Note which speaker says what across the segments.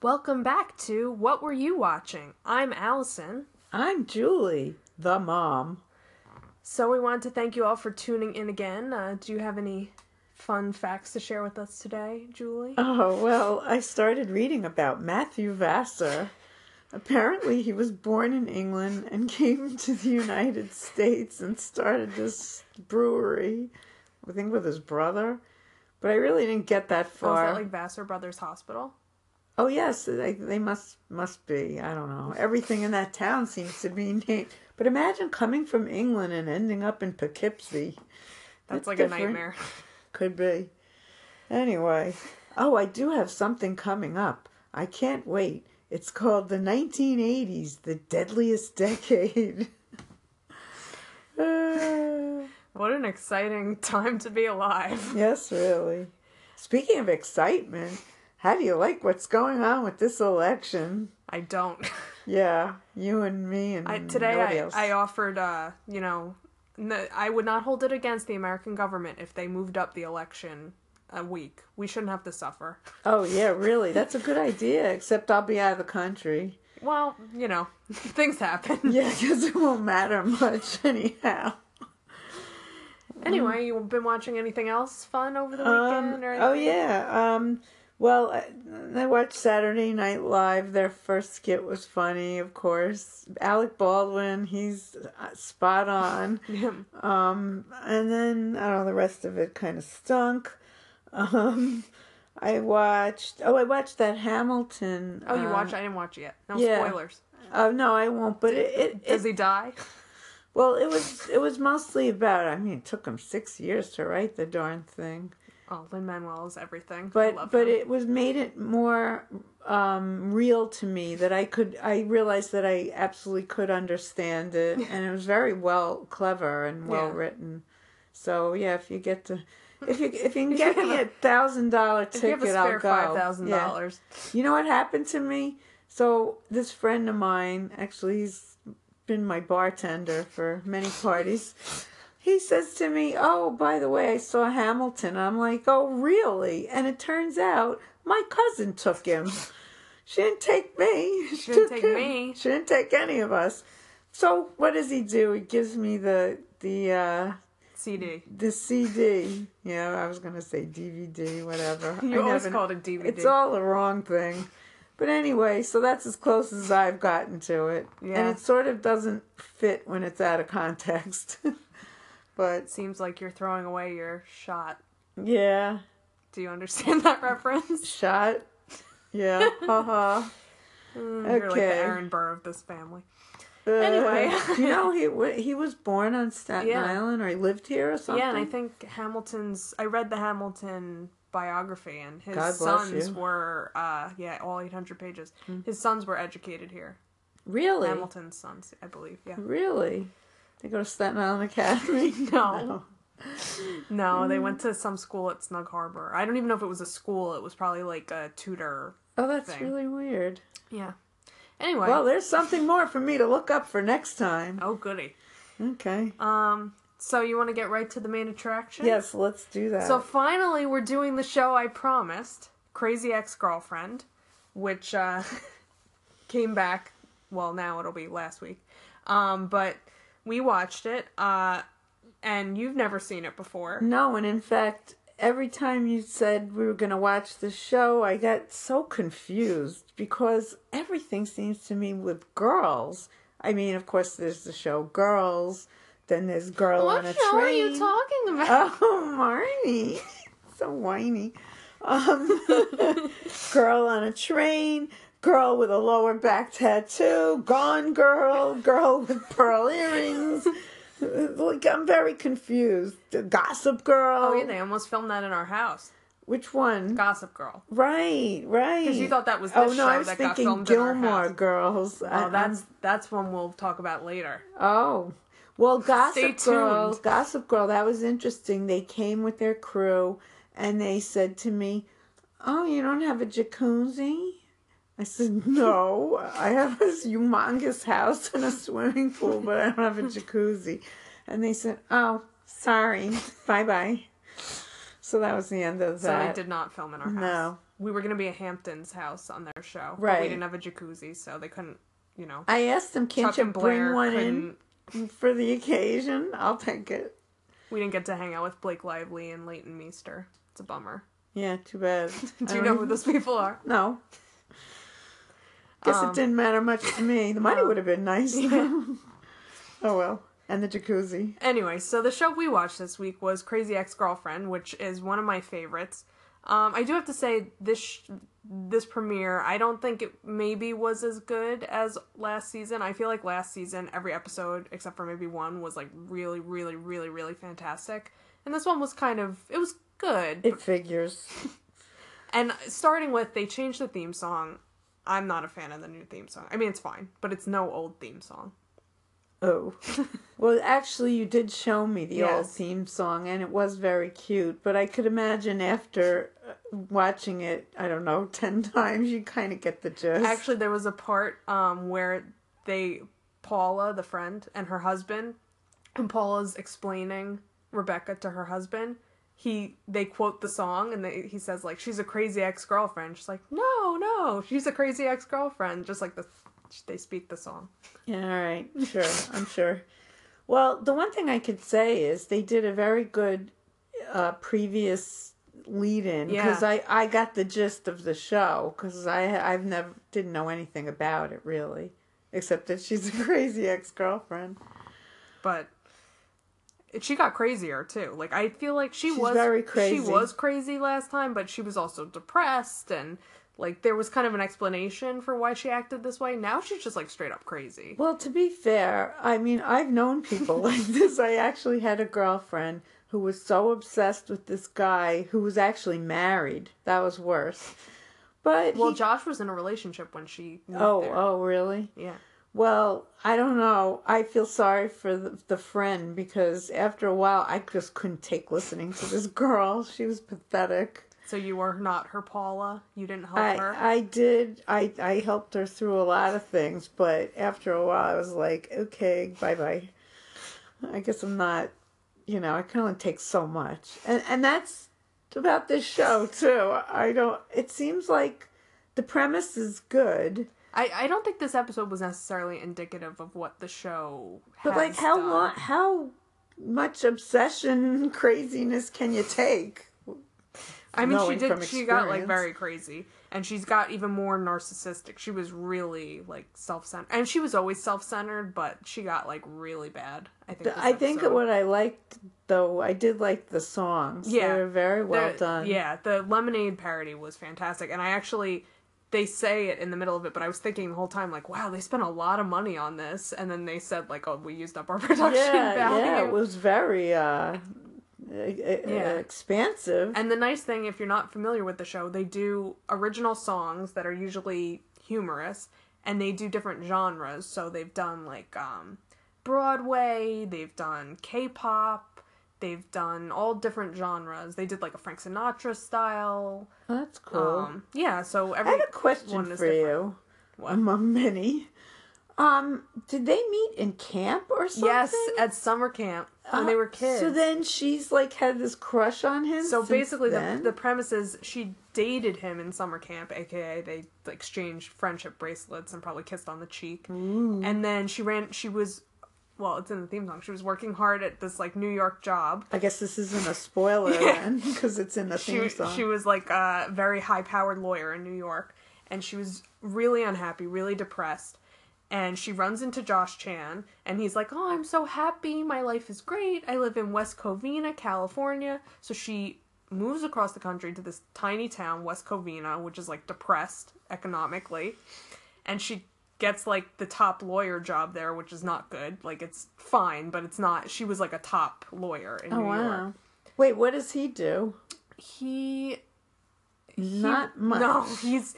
Speaker 1: Welcome back to What Were You Watching? I'm Allison.
Speaker 2: I'm Julie, the mom.
Speaker 1: So, we want to thank you all for tuning in again. Uh, do you have any fun facts to share with us today, Julie?
Speaker 2: Oh, well, I started reading about Matthew Vassar. Apparently, he was born in England and came to the United States and started this brewery, I think with his brother. But I really didn't get that
Speaker 1: Oh, is
Speaker 2: far.
Speaker 1: that like Vassar Brothers Hospital?
Speaker 2: Oh yes, they, they must must be. I don't know. Everything in that town seems to be named. But imagine coming from England and ending up in Poughkeepsie.
Speaker 1: That's
Speaker 2: It's
Speaker 1: like a
Speaker 2: different.
Speaker 1: nightmare.
Speaker 2: Could be. Anyway, oh, I do have something coming up. I can't wait. It's called the 1980s, the deadliest decade. Uh,
Speaker 1: What an exciting time to be alive.
Speaker 2: yes, really. Speaking of excitement, how do you like what's going on with this election?
Speaker 1: I don't.
Speaker 2: Yeah, you and me and
Speaker 1: I, today,
Speaker 2: nobody
Speaker 1: I,
Speaker 2: else.
Speaker 1: I offered, uh, you know, n- I would not hold it against the American government if they moved up the election a week. We shouldn't have to suffer.
Speaker 2: oh yeah, really? That's a good idea. Except I'll be out of the country.
Speaker 1: Well, you know, things happen.
Speaker 2: Yeah, because it won't matter much anyhow.
Speaker 1: Anyway, you been watching anything else fun over the weekend?
Speaker 2: Mm-hmm. Um,
Speaker 1: or
Speaker 2: oh
Speaker 1: anything?
Speaker 2: yeah. Um, well, I, I watched Saturday Night Live. Their first skit was funny, of course. Alec Baldwin, he's uh, spot on. Um, and then I don't know the rest of it kind of stunk. Um, I watched. Oh, I watched that Hamilton.
Speaker 1: oh, you
Speaker 2: uh,
Speaker 1: watch? I didn't watch it yet. No
Speaker 2: yeah.
Speaker 1: spoilers.
Speaker 2: Oh no, I won't. But it, it, it
Speaker 1: Does he die?
Speaker 2: well, it was it was mostly about. I mean, it took him six years to write the darn thing,
Speaker 1: Oh, Lin Manuel is everything. I love
Speaker 2: but but
Speaker 1: him.
Speaker 2: it was made it more um, real to me that I could. I realized that I absolutely could understand it, and it was very well clever and well
Speaker 1: Yeah.
Speaker 2: written. So yeah, if you get to. If you if you can
Speaker 1: If you
Speaker 2: get me
Speaker 1: have
Speaker 2: a thousand dollar
Speaker 1: if you have
Speaker 2: ticket,
Speaker 1: a spare
Speaker 2: I'll go.
Speaker 1: five thousand
Speaker 2: Yeah.
Speaker 1: dollars,
Speaker 2: You know what happened to me? So this friend of mine, actually, he's been my bartender for many parties. He says to me, "Oh, by the way, I saw Hamilton." I'm like, "Oh, really?" And it turns out my cousin took him. She didn't take me. She,
Speaker 1: didn't
Speaker 2: took
Speaker 1: take
Speaker 2: him.
Speaker 1: me.
Speaker 2: She didn't take any of us. So what does he do? He gives me the the uh,
Speaker 1: CD.
Speaker 2: the CD. Yeah, I was gonna say DVD, whatever.
Speaker 1: You
Speaker 2: I
Speaker 1: always
Speaker 2: never-
Speaker 1: called it DVD.
Speaker 2: it's all the wrong thing. But anyway, so that's as close as I've gotten to it.
Speaker 1: Yeah.
Speaker 2: And it sort of doesn't fit when it's out of context. but
Speaker 1: Seems like you're throwing away your shot.
Speaker 2: yeah,
Speaker 1: Do you understand that reference?
Speaker 2: shot. Yeah, haha.
Speaker 1: Mm, You're like the
Speaker 2: Okay.
Speaker 1: Aaron Burr of this family.
Speaker 2: Uh,
Speaker 1: Anyway.
Speaker 2: you know he wa- he was born on Staten
Speaker 1: Yeah.
Speaker 2: Island, or he lived here, or something.
Speaker 1: Yeah, and I think Hamilton's. I read the Hamilton biography, and his
Speaker 2: God bless
Speaker 1: sons
Speaker 2: you. Mm.
Speaker 1: were, uh, yeah, all 800 pages. His sons were educated here.
Speaker 2: really,
Speaker 1: Hamilton's sons, I believe. Yeah.
Speaker 2: really, they go to Staten Island Academy.
Speaker 1: No. No,
Speaker 2: Mm.
Speaker 1: they went to some school at Snug Harbor. I don't even know if it was a school. It was probably like a tutor.
Speaker 2: Oh, that's
Speaker 1: Thing.
Speaker 2: really weird.
Speaker 1: Yeah. Anyway.
Speaker 2: Well, there's something more for me to look up for next time.
Speaker 1: oh, goody.
Speaker 2: Okay.
Speaker 1: Um. So you want to get right to the main attraction?
Speaker 2: Yes, let's do that.
Speaker 1: So finally, we're doing the show I promised, Crazy Ex-Girlfriend, which uh, came back. Well, now it'll be last week, um, but we watched it, uh, and you've never seen it before.
Speaker 2: No, and in fact, every time you said we were going to watch the show, I got so confused because everything seems to me with girls. I mean, of course, there's the show Girls, then there's Girl on a Train.
Speaker 1: talking
Speaker 2: Oh, Marnie. so whiny. Um, girl on a train, girl with a lower back tattoo, gone girl, girl with pearl earrings. like, I'm very confused. Gossip girl.
Speaker 1: Oh, yeah, they almost filmed that in our house.
Speaker 2: Which one?
Speaker 1: Gossip Girl.
Speaker 2: right, right. Because
Speaker 1: you thought that was
Speaker 2: Oh,
Speaker 1: this
Speaker 2: no,
Speaker 1: show
Speaker 2: I was
Speaker 1: that got
Speaker 2: thinking
Speaker 1: filmed in our
Speaker 2: Gilmore
Speaker 1: house.
Speaker 2: Girls.
Speaker 1: Oh, that's that's one we'll talk about later.
Speaker 2: Oh. Well, Gossip
Speaker 1: tuned.
Speaker 2: Girl, Gossip Girl, that was interesting. They came with their crew and they said to me, "Oh, you don't have a jacuzzi?" I said, "No, I have this humongous house and a swimming pool, but I don't have a jacuzzi." And they said, "Oh, sorry. Bye-bye." So that was the end of
Speaker 1: So
Speaker 2: that.
Speaker 1: they did not film in our house.
Speaker 2: No.
Speaker 1: we were gonna be at Hampton's house on their show. but
Speaker 2: Right.
Speaker 1: we didn't have a jacuzzi, so they couldn't. You know,
Speaker 2: I asked him, can't
Speaker 1: Chuck
Speaker 2: you
Speaker 1: and Blair
Speaker 2: bring one
Speaker 1: couldn't.
Speaker 2: in for the occasion? I'll take it.
Speaker 1: We didn't get to hang out with Blake Lively and Leighton Meester. It's a bummer.
Speaker 2: Yeah, too bad.
Speaker 1: Do
Speaker 2: I
Speaker 1: you know
Speaker 2: don't even-
Speaker 1: who those people are?
Speaker 2: No. Guess
Speaker 1: Um,
Speaker 2: it didn't matter much to me. The money
Speaker 1: no.
Speaker 2: would have been nice.
Speaker 1: Yeah.
Speaker 2: oh well. And the jacuzzi.
Speaker 1: Anyway, so the show we watched this week was Crazy Ex-Girlfriend, which is one of my favorites. Um, I do have to say this sh- this premiere, I don't think it maybe was as good as last season. I feel like last season every episode except for maybe one was like really really really really fantastic. And this one was kind of it was good.
Speaker 2: It figures.
Speaker 1: And starting with they changed the theme song. I'm not a fan of the new theme song. I mean, it's fine, but it's no old theme song.
Speaker 2: Oh. well, actually, you did show me the old
Speaker 1: Yes.
Speaker 2: theme song, and it was very cute. But I could imagine after uh, watching it, I don't know, 10 times, you kind of get the gist.
Speaker 1: Actually, there was a part um, where they Paula, the friend, and her husband, and Paula's explaining Rebecca to her husband. He they quote the song and they, he says like she's a crazy ex girlfriend. She's like no no she's a crazy ex girlfriend. Just like the they speak the song.
Speaker 2: Yeah, all right, sure, I'm sure. Well, the one thing I could say is they did a very good uh, previous lead-in
Speaker 1: Yeah.
Speaker 2: because I, I got the gist of the show because I I've never didn't know anything about it really except that she's a crazy ex-girlfriend.
Speaker 1: But she got crazier too. Like I feel like she
Speaker 2: She's
Speaker 1: was
Speaker 2: very
Speaker 1: She
Speaker 2: crazy.
Speaker 1: was crazy last time, but she was also depressed and like there was kind of an explanation for why she acted this way. Now she's just like straight up crazy.
Speaker 2: Well, to be fair, I mean, I've known people like this. I actually had a girlfriend who was so obsessed with this guy who was actually married. That was worse. But
Speaker 1: Well,
Speaker 2: he-
Speaker 1: Josh was in a relationship when she moved
Speaker 2: oh,
Speaker 1: there.
Speaker 2: oh, really?
Speaker 1: yeah.
Speaker 2: Well, I don't know. I feel sorry for the, the friend because after a while, I just couldn't take listening to this girl. She was pathetic.
Speaker 1: So you were not her Paula. You didn't help her.
Speaker 2: I, I did. I, I helped her through a lot of things, but after a while, I was like, okay, bye bye. I guess I'm not, you know, I can only take so much. And, and that's about this show, too. I don't, it seems like the premise is good.
Speaker 1: I, I don't think this episode was necessarily indicative of what the show.
Speaker 2: But like
Speaker 1: has
Speaker 2: how
Speaker 1: done.
Speaker 2: long how much obsession craziness can you take?
Speaker 1: I mean, she
Speaker 2: knowing
Speaker 1: did.
Speaker 2: from
Speaker 1: She got like
Speaker 2: experience.
Speaker 1: very crazy, and she's got even more narcissistic. She was really like self-centered, and she was always self-centered, but she got like really bad. I think. This
Speaker 2: I think
Speaker 1: episode.
Speaker 2: what I liked though, I did like the songs.
Speaker 1: Yeah.
Speaker 2: They were very well
Speaker 1: The-
Speaker 2: done.
Speaker 1: Yeah, the lemonade parody was fantastic, and I actually they say it in the middle of it, but I was thinking the whole time like, wow, they spent a lot of money on this, and then they said like, oh, we used up our production
Speaker 2: Yeah,
Speaker 1: value.
Speaker 2: yeah, it was very uh yeah. expansive.
Speaker 1: And the nice thing, if you're not familiar with the show, they do original songs that are usually humorous, and they do different genres. So they've done like um, Broadway, they've done K-pop, they've done all different genres. They did like a Frank Sinatra style.
Speaker 2: That's cool.
Speaker 1: Um, yeah, so
Speaker 2: I
Speaker 1: every
Speaker 2: had a question
Speaker 1: one
Speaker 2: for
Speaker 1: is different.
Speaker 2: you.
Speaker 1: What?
Speaker 2: Among many. Um, did they meet in camp or something?
Speaker 1: Yes, at summer camp when they were kids.
Speaker 2: Uh-huh. So then she's like had this crush on him.
Speaker 1: So
Speaker 2: since
Speaker 1: basically, the,
Speaker 2: then?
Speaker 1: the premise is she dated him in summer camp, aka they exchanged friendship bracelets and probably kissed on the cheek. And then she ran. She was, well, it's in the theme song. She was working hard at this like New York job.
Speaker 2: I guess this isn't a spoiler
Speaker 1: Yeah.
Speaker 2: then, because it's in the
Speaker 1: She
Speaker 2: theme song.
Speaker 1: she was like a very high powered lawyer in New York, and she was really unhappy, really depressed. And she runs into Josh Chan, and he's like, "Oh, I'm so happy. My life is great. I live in West Covina, California." So she moves across the country to this tiny town, West Covina, which is like depressed economically, and she gets like the top lawyer job there, which is not good. Like it's fine, but it's not. She was like a top lawyer in
Speaker 2: oh
Speaker 1: New
Speaker 2: wow!
Speaker 1: York.
Speaker 2: Wait, what does he do?
Speaker 1: He he-
Speaker 2: Not much.
Speaker 1: No, he's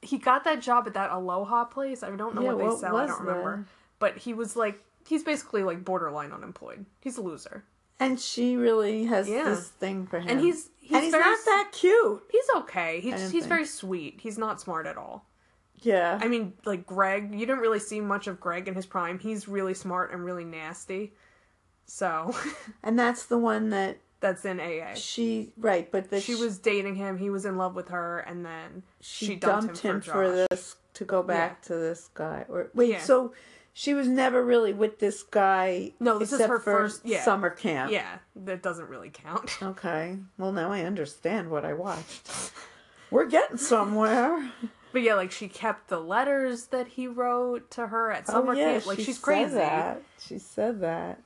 Speaker 1: he got that job at that Aloha place. I don't know
Speaker 2: Yeah,
Speaker 1: what they
Speaker 2: what
Speaker 1: sell. I
Speaker 2: was
Speaker 1: don't remember.
Speaker 2: that?
Speaker 1: But he was like he's basically like borderline unemployed. He's a loser,
Speaker 2: And she really has
Speaker 1: Yeah.
Speaker 2: this thing for him.
Speaker 1: and he's he's,
Speaker 2: and he's
Speaker 1: very,
Speaker 2: not that cute.
Speaker 1: He's okay. He's
Speaker 2: didn't
Speaker 1: he's
Speaker 2: think.
Speaker 1: very sweet. He's not smart at all.
Speaker 2: Yeah.
Speaker 1: I mean, like Greg, you didn't really see much of Greg in his prime. He's really smart and really nasty. So
Speaker 2: and that's the one that
Speaker 1: that's in AA.
Speaker 2: She right, but that
Speaker 1: She was dating him. He was in love with her, and then
Speaker 2: she, dumped, him, for,
Speaker 1: Josh.
Speaker 2: this to go back to this guy. Or wait,
Speaker 1: Yeah.
Speaker 2: so she was never really with this guy.
Speaker 1: No, this is
Speaker 2: except
Speaker 1: her
Speaker 2: for
Speaker 1: first- yeah.
Speaker 2: summer camp.
Speaker 1: Yeah, that doesn't really count.
Speaker 2: Okay. Well, now I understand what I watched. We're getting somewhere.
Speaker 1: But yeah, like she kept the letters that he wrote to her at summer camp. Like
Speaker 2: Oh, she
Speaker 1: she's
Speaker 2: said
Speaker 1: crazy.
Speaker 2: that. She said that.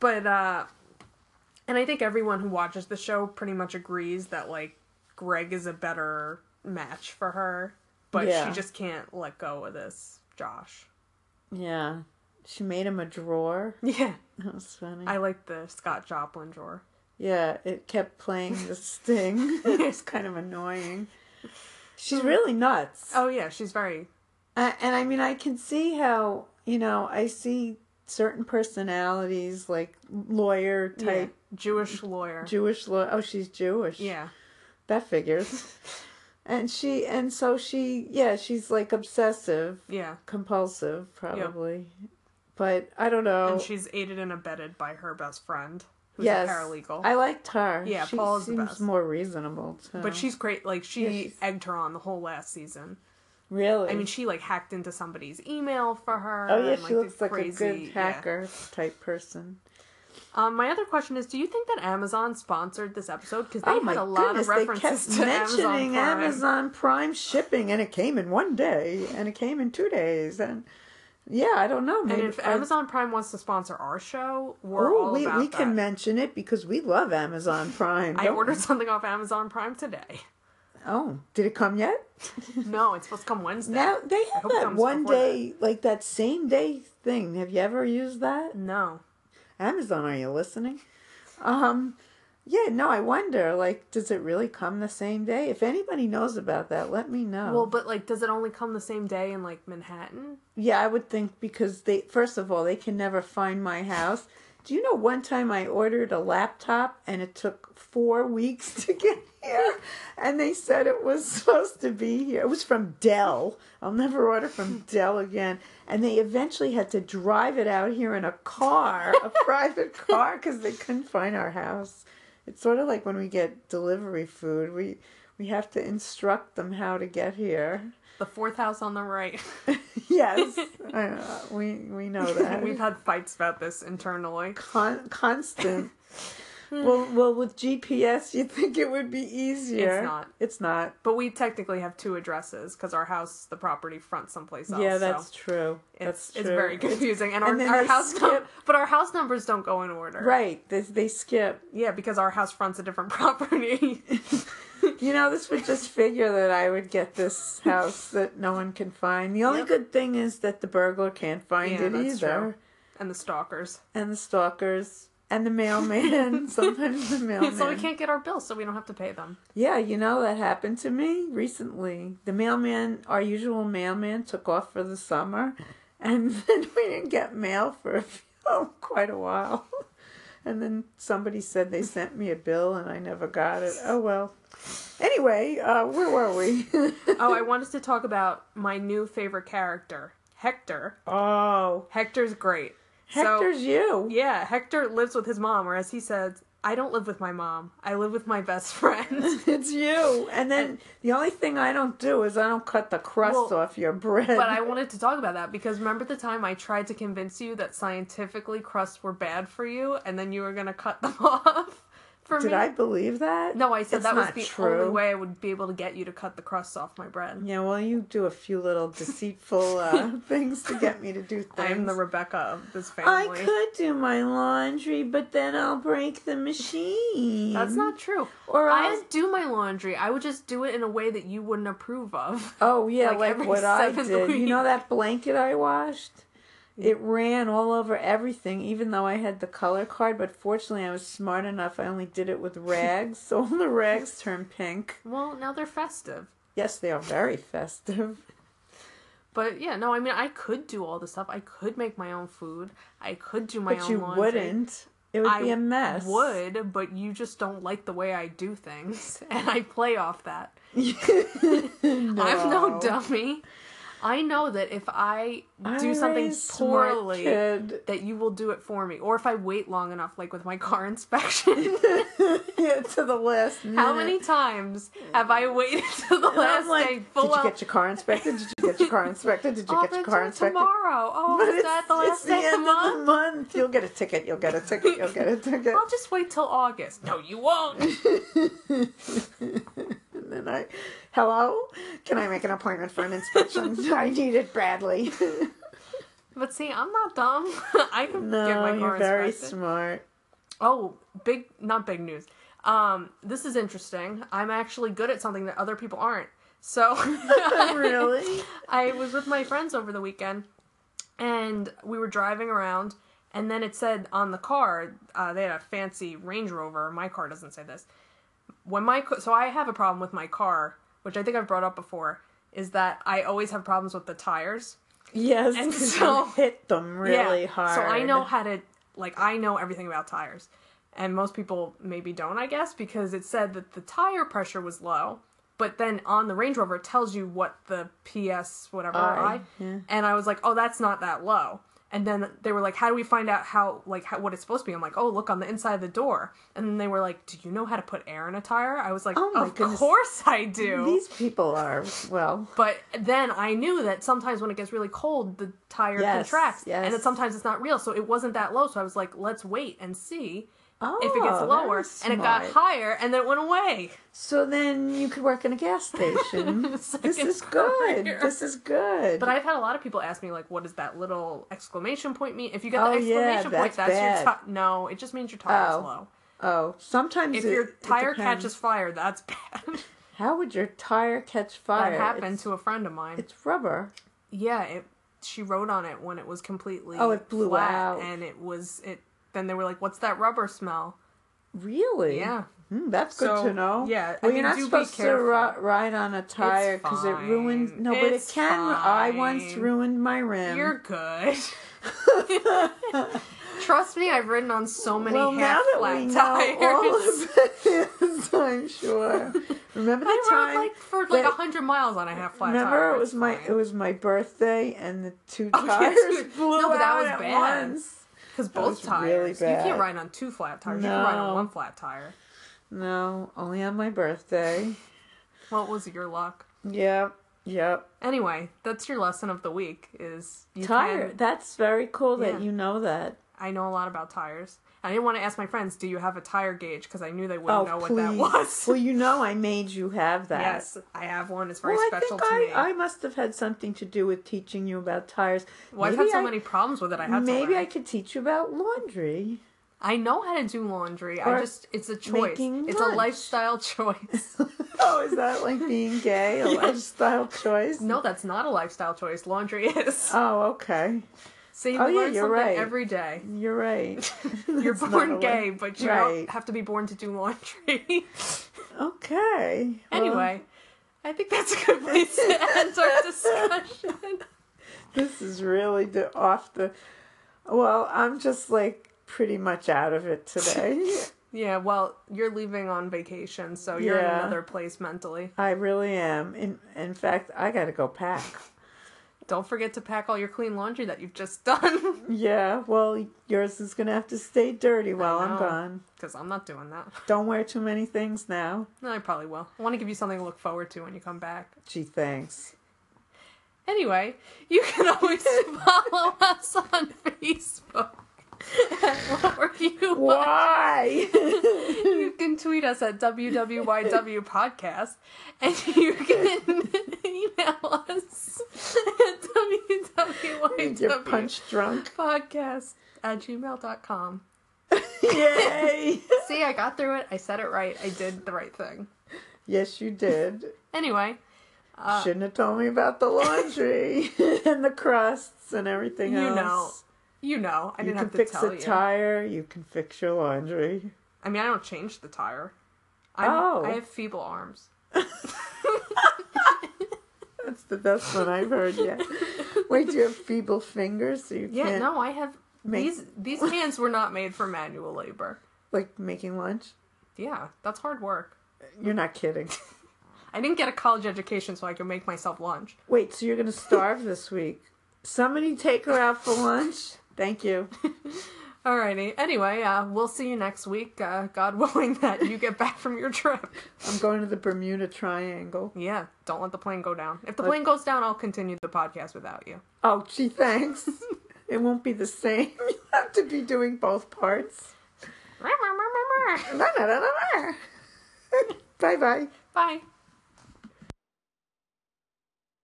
Speaker 1: But uh and I think everyone who watches the show pretty much agrees that like Greg is a better match for her, but
Speaker 2: Yeah.
Speaker 1: she just can't let go of this Josh.
Speaker 2: Yeah. She made him a drawer.
Speaker 1: Yeah.
Speaker 2: That was funny.
Speaker 1: I like the Scott Joplin drawer.
Speaker 2: Yeah, it kept playing the sting. it's kind of annoying. She's really nuts.
Speaker 1: Oh yeah, she's very
Speaker 2: I, and I mean, I can see how, you know, I see certain personalities like lawyer
Speaker 1: yeah,
Speaker 2: type,
Speaker 1: Jewish lawyer.
Speaker 2: Jewish law. Oh, she's Jewish.
Speaker 1: yeah.
Speaker 2: That figures. and she, and so she, yeah, she's like obsessive,
Speaker 1: Yeah.
Speaker 2: compulsive, probably. But I don't know.
Speaker 1: And she's aided and abetted by her best friend, who's
Speaker 2: yes,
Speaker 1: a paralegal.
Speaker 2: I liked her.
Speaker 1: Yeah,
Speaker 2: she
Speaker 1: Paul's the
Speaker 2: seems
Speaker 1: best.
Speaker 2: more reasonable too.
Speaker 1: but she's great. Like she
Speaker 2: Yeah, she's-
Speaker 1: egged her on the whole last season.
Speaker 2: really.
Speaker 1: I mean, she like hacked into somebody's email for her.
Speaker 2: Oh yeah,
Speaker 1: and,
Speaker 2: she
Speaker 1: did
Speaker 2: looks like a good
Speaker 1: crazy- yeah.
Speaker 2: hacker type person.
Speaker 1: Um, my other question is, do you think that Amazon sponsored this episode? Because they
Speaker 2: oh my
Speaker 1: had a lot
Speaker 2: goodness,
Speaker 1: of references
Speaker 2: they
Speaker 1: to
Speaker 2: kept mentioning
Speaker 1: Amazon Prime.
Speaker 2: Amazon Prime shipping, and it came in one day, and it came in two days, and yeah, I don't know.
Speaker 1: And
Speaker 2: Maybe
Speaker 1: if
Speaker 2: I-
Speaker 1: Amazon Prime wants to sponsor our show, we're
Speaker 2: oh,
Speaker 1: all
Speaker 2: we
Speaker 1: about
Speaker 2: we
Speaker 1: that.
Speaker 2: can mention it because we love Amazon Prime.
Speaker 1: I
Speaker 2: don't
Speaker 1: ordered something off Amazon Prime today.
Speaker 2: we? Oh, did it come yet?
Speaker 1: No, it's supposed to come Wednesday.
Speaker 2: Now they have
Speaker 1: hope it
Speaker 2: that
Speaker 1: comes
Speaker 2: one
Speaker 1: before
Speaker 2: day, like that same day thing. Have you ever used that?
Speaker 1: No.
Speaker 2: Amazon, are you listening? Um, yeah, no, I wonder, like, does it really come the same day? If anybody knows about that, let me know.
Speaker 1: Well, but like, does it only come the same day in like Manhattan?
Speaker 2: yeah, I would think because they, first of all, they can never find my house. Do you know one time I ordered a laptop and it took four weeks to get here? And they said it was supposed to be here. It was from Dell. I'll never order from Dell again. And they eventually had to drive it out here in a car, a private car, because they couldn't find our house. It's sort of like when we get delivery food. We we have to instruct them how to get here.
Speaker 1: The fourth house on the right.
Speaker 2: Yes, uh, we we know that.
Speaker 1: We've had fights about this internally.
Speaker 2: Con- constant. well, well, with GPS, you think it would be easier?
Speaker 1: It's not.
Speaker 2: It's not.
Speaker 1: But we technically have two addresses because our house, the property, fronts someplace else.
Speaker 2: yeah,
Speaker 1: so
Speaker 2: that's true.
Speaker 1: It's
Speaker 2: that's true.
Speaker 1: it's very confusing, and our,
Speaker 2: and then
Speaker 1: our
Speaker 2: they
Speaker 1: house num-
Speaker 2: skip-
Speaker 1: but our house numbers don't go in order.
Speaker 2: Right. They, they skip.
Speaker 1: Yeah, because our house fronts a different property.
Speaker 2: You know, this would just figure that I would get this house that no one can find. The only
Speaker 1: Yep.
Speaker 2: good thing is that the burglar can't find
Speaker 1: Yeah,
Speaker 2: it
Speaker 1: that's
Speaker 2: either.
Speaker 1: true. and the stalkers.
Speaker 2: And the stalkers. And the mailman. Sometimes the mailman.
Speaker 1: so we can't get our bills, so we don't have to pay them.
Speaker 2: Yeah, you know that happened to me recently. The mailman, our usual mailman, took off for the summer, and then we didn't get mail for a few, oh, quite a while. And then somebody said they sent me a bill, and I never got it. Oh well. Anyway, uh, where were we?
Speaker 1: oh, I wanted to talk about my new favorite character, Hector.
Speaker 2: oh,
Speaker 1: Hector's great.
Speaker 2: Hector's
Speaker 1: So,
Speaker 2: you.
Speaker 1: yeah, Hector lives with his mom, or as he says, I don't live with my mom. I live with my best friend.
Speaker 2: It's you. And then the only thing I don't do is I don't cut the crust
Speaker 1: Well,
Speaker 2: off your bread.
Speaker 1: But I wanted to talk about that because remember the time I tried to convince you that scientifically crusts were bad for you and then you were going to cut them off for
Speaker 2: Did
Speaker 1: me?
Speaker 2: I believe that?
Speaker 1: No, I said
Speaker 2: It's
Speaker 1: that was
Speaker 2: not
Speaker 1: the
Speaker 2: true.
Speaker 1: only way I would be able to get you to cut the crusts off my bread.
Speaker 2: Yeah, well, you do a few little deceitful uh, things to get me to do things.
Speaker 1: I'm the Rebecca of this
Speaker 2: I
Speaker 1: family.
Speaker 2: could do my laundry, but then I'll break the machine.
Speaker 1: That's not true.
Speaker 2: Or
Speaker 1: I
Speaker 2: I'll.
Speaker 1: would do my laundry. I would just do it in a way that you wouldn't approve of.
Speaker 2: Oh yeah,
Speaker 1: like
Speaker 2: like,
Speaker 1: every
Speaker 2: what I
Speaker 1: seventh
Speaker 2: did. You
Speaker 1: week.
Speaker 2: know that blanket I washed? It ran all over everything, even though I had the color card. But fortunately, I was smart enough. I only did it with rags, so all the rags turned pink.
Speaker 1: Well, now they're festive.
Speaker 2: Yes, they are very festive.
Speaker 1: But yeah, no, I mean, I could do all this stuff. I could make my own food. I could do my
Speaker 2: But
Speaker 1: own
Speaker 2: you
Speaker 1: laundry.
Speaker 2: wouldn't. It would
Speaker 1: I
Speaker 2: be a mess.
Speaker 1: would, but you just don't like the way I do things, and I play off that.
Speaker 2: no.
Speaker 1: I'm no dummy. I know that if I do
Speaker 2: I'm a
Speaker 1: something
Speaker 2: very smart
Speaker 1: poorly,
Speaker 2: kid.
Speaker 1: that you will do it for me. Or if I wait long enough, like with my car inspection.
Speaker 2: Yeah, to the last minute.
Speaker 1: How many times have I waited till the
Speaker 2: And I'm
Speaker 1: last
Speaker 2: like,
Speaker 1: day?
Speaker 2: Did
Speaker 1: Full
Speaker 2: you
Speaker 1: well,
Speaker 2: get your car inspected? Did you get your car inspected? Did you
Speaker 1: oh,
Speaker 2: get your
Speaker 1: that's
Speaker 2: car
Speaker 1: due
Speaker 2: inspected?
Speaker 1: tomorrow. Oh,
Speaker 2: But
Speaker 1: is that the last day of the month?
Speaker 2: of the month. You'll get a ticket. You'll get a ticket. You'll get a ticket.
Speaker 1: I'll just wait till August. No, you won't.
Speaker 2: and then I, hello, can I make an appointment for an inspection? I need it badly.
Speaker 1: But see, I'm not dumb. I can
Speaker 2: no,
Speaker 1: get my car
Speaker 2: you're very
Speaker 1: inspected.
Speaker 2: smart.
Speaker 1: Oh, big not big news. Um, this is interesting. I'm actually good at something that other people aren't. So
Speaker 2: Oh, really?
Speaker 1: I was with my friends over the weekend, and we were driving around, and then it said on the car uh, they had a fancy Range Rover. My car doesn't say this. When my co- so I have a problem with my car, which I think I've brought up before, is that I always have problems with the tires.
Speaker 2: Yes.
Speaker 1: And
Speaker 2: 'cause
Speaker 1: so-
Speaker 2: you hit them really
Speaker 1: Yeah.
Speaker 2: hard.
Speaker 1: So I know how to like I know everything about tires. And most people maybe don't, I guess, because it said that the tire pressure was low, but then on the Range Rover it tells you what the PS whatever
Speaker 2: I,
Speaker 1: I,
Speaker 2: yeah.
Speaker 1: and I was like, "Oh, that's not that low." And then they were like, "How do we find out how like how, what it's supposed to be?" I'm like, "Oh, look on the inside of the door." And then they were like, "Do you know how to put air in a tire?" I was like,
Speaker 2: Oh my
Speaker 1: "Of
Speaker 2: goodness.
Speaker 1: course I do."
Speaker 2: These people are well.
Speaker 1: But then I knew that sometimes when it gets really cold, the tire
Speaker 2: Yes,
Speaker 1: contracts,
Speaker 2: yes.
Speaker 1: and that sometimes it's not real. So it wasn't that low. So I was like, let's wait and see
Speaker 2: Oh,
Speaker 1: if it gets
Speaker 2: that
Speaker 1: lower.
Speaker 2: was
Speaker 1: And it got
Speaker 2: smart.
Speaker 1: higher, and then it went away.
Speaker 2: So then you could work in a gas station. this
Speaker 1: Second
Speaker 2: is good.
Speaker 1: career.
Speaker 2: This is good.
Speaker 1: But I've had a lot of people ask me, like, what does that little exclamation point mean? If you get
Speaker 2: Oh,
Speaker 1: the
Speaker 2: yeah,
Speaker 1: exclamation point,
Speaker 2: that's
Speaker 1: that's your
Speaker 2: bad.
Speaker 1: tire. No, it just means your tire's
Speaker 2: Oh.
Speaker 1: low.
Speaker 2: oh, sometimes
Speaker 1: If
Speaker 2: it-
Speaker 1: your
Speaker 2: it
Speaker 1: tire
Speaker 2: depends.
Speaker 1: catches fire, that's bad.
Speaker 2: How would your tire catch fire?
Speaker 1: that happened
Speaker 2: It's-
Speaker 1: to a friend of mine.
Speaker 2: It's rubber.
Speaker 1: Yeah, it. She wrote on it when it was completely.
Speaker 2: Oh, it blew
Speaker 1: flat,
Speaker 2: out.
Speaker 1: and it was it. Then they were like, "What's that rubber smell?"
Speaker 2: Really?
Speaker 1: Yeah,
Speaker 2: Hmm, that's good
Speaker 1: So,
Speaker 2: to know.
Speaker 1: yeah, I
Speaker 2: Well,
Speaker 1: mean,
Speaker 2: you're not
Speaker 1: do be
Speaker 2: supposed to
Speaker 1: careful.
Speaker 2: ri- ride on a tire because it ruins.
Speaker 1: fine.
Speaker 2: No, but
Speaker 1: It's
Speaker 2: it can. I once
Speaker 1: fine.
Speaker 2: ruined my rim.
Speaker 1: you're good. Trust me, I've ridden on so many
Speaker 2: well, now
Speaker 1: half
Speaker 2: that
Speaker 1: flat
Speaker 2: we know all
Speaker 1: tires.
Speaker 2: of this, I'm sure. Remember the
Speaker 1: I
Speaker 2: time?
Speaker 1: rode like for like
Speaker 2: that-
Speaker 1: hundred miles on a half flat tire.
Speaker 2: Remember, it
Speaker 1: It's
Speaker 2: was my
Speaker 1: fine.
Speaker 2: it was my birthday, and the two
Speaker 1: Oh,
Speaker 2: tires
Speaker 1: yes, dude.
Speaker 2: blew
Speaker 1: No, but that
Speaker 2: out
Speaker 1: was
Speaker 2: at
Speaker 1: bad.
Speaker 2: once.
Speaker 1: Because both
Speaker 2: was really
Speaker 1: tires, you can't
Speaker 2: bad.
Speaker 1: ride on two flat tires. You can ride on
Speaker 2: No.
Speaker 1: one flat tire.
Speaker 2: No, only on my birthday.
Speaker 1: What was your luck?
Speaker 2: Yep, yep.
Speaker 1: Anyway, that's your lesson of the week. Is you
Speaker 2: Tire.
Speaker 1: can-
Speaker 2: That's very cool
Speaker 1: Yeah.
Speaker 2: that you know that.
Speaker 1: I know a lot about tires. I didn't want to ask my friends, "Do you have a tire gauge?" Because I knew they wouldn't know what that was.
Speaker 2: Oh, well, you know, I made you have that.
Speaker 1: Yes, I have one. It's very
Speaker 2: Well, I
Speaker 1: special
Speaker 2: think
Speaker 1: to me.
Speaker 2: I, I must have had something to do with teaching you about tires.
Speaker 1: well, I've
Speaker 2: maybe
Speaker 1: had so
Speaker 2: I,
Speaker 1: many problems with it. I had
Speaker 2: Maybe
Speaker 1: to
Speaker 2: I
Speaker 1: learn.
Speaker 2: could teach you about laundry.
Speaker 1: I, know how to do laundry. I
Speaker 2: Or
Speaker 1: just it's a choice.
Speaker 2: making
Speaker 1: It's a
Speaker 2: lunch.
Speaker 1: lifestyle choice.
Speaker 2: oh, is that like being gay? A lifestyle choice?
Speaker 1: no, that's not a lifestyle choice. Laundry is.
Speaker 2: Oh, okay.
Speaker 1: See, you
Speaker 2: oh, yeah,
Speaker 1: learn
Speaker 2: you're
Speaker 1: something
Speaker 2: right.
Speaker 1: every day.
Speaker 2: You're right.
Speaker 1: You're
Speaker 2: That's not a
Speaker 1: born
Speaker 2: li-
Speaker 1: gay, but you
Speaker 2: Right.
Speaker 1: don't have to be born to do laundry.
Speaker 2: Okay. Well,
Speaker 1: anyway, I think that's a good place to end our discussion.
Speaker 2: this is really the off the. Well, I'm just like pretty much out of it today.
Speaker 1: Yeah, well, you're leaving on vacation, so you're in
Speaker 2: Yeah.
Speaker 1: another place mentally.
Speaker 2: I really am. In in fact, I got to go pack.
Speaker 1: Don't forget to pack all your clean laundry that you've just done,
Speaker 2: Yeah, well, yours is going to have to stay dirty while
Speaker 1: know.
Speaker 2: I'm gone.
Speaker 1: because I'm not doing that.
Speaker 2: Don't wear too many things now.
Speaker 1: No, I probably will. I want to give you something to look forward to when you come back.
Speaker 2: Gee, thanks.
Speaker 1: Anyway, you can always follow us on Facebook. what were you?
Speaker 2: Why?
Speaker 1: You can tweet us at WWYW Podcast, and you can email us at
Speaker 2: You're
Speaker 1: WWYW
Speaker 2: punch drunk.
Speaker 1: podcast at gmail.com.
Speaker 2: Yay!
Speaker 1: See, I got through it. I said it right. I did the right thing.
Speaker 2: yes, you did.
Speaker 1: Anyway, uh,
Speaker 2: Shouldn't have told me about the laundry and the crusts and everything
Speaker 1: You
Speaker 2: else.
Speaker 1: know, you know, I
Speaker 2: you
Speaker 1: didn't
Speaker 2: can
Speaker 1: have to
Speaker 2: fix
Speaker 1: tell
Speaker 2: a
Speaker 1: you.
Speaker 2: tire. You can fix your laundry.
Speaker 1: I mean, I don't change the tire. I'm,
Speaker 2: Oh.
Speaker 1: I have feeble arms.
Speaker 2: That's the best one I've heard yet. Wait, do you have feeble fingers so you
Speaker 1: Yeah,
Speaker 2: can't
Speaker 1: no, I have
Speaker 2: make-
Speaker 1: these. These hands were not made for manual labor.
Speaker 2: like making lunch?
Speaker 1: Yeah, that's hard work.
Speaker 2: You're not kidding.
Speaker 1: I didn't get a college education so I could make myself lunch.
Speaker 2: Wait, so you're gonna starve this week? Somebody take her out for lunch. Thank you.
Speaker 1: Alrighty. Anyway, uh, we'll see you next week. Uh, God willing that you get back from your trip.
Speaker 2: I'm going to the Bermuda Triangle.
Speaker 1: Yeah, don't let the plane go down. If the plane goes down, I'll continue the podcast without you.
Speaker 2: Oh, gee, thanks. it won't be the same. You have to be doing both parts. Bye bye.
Speaker 1: Bye.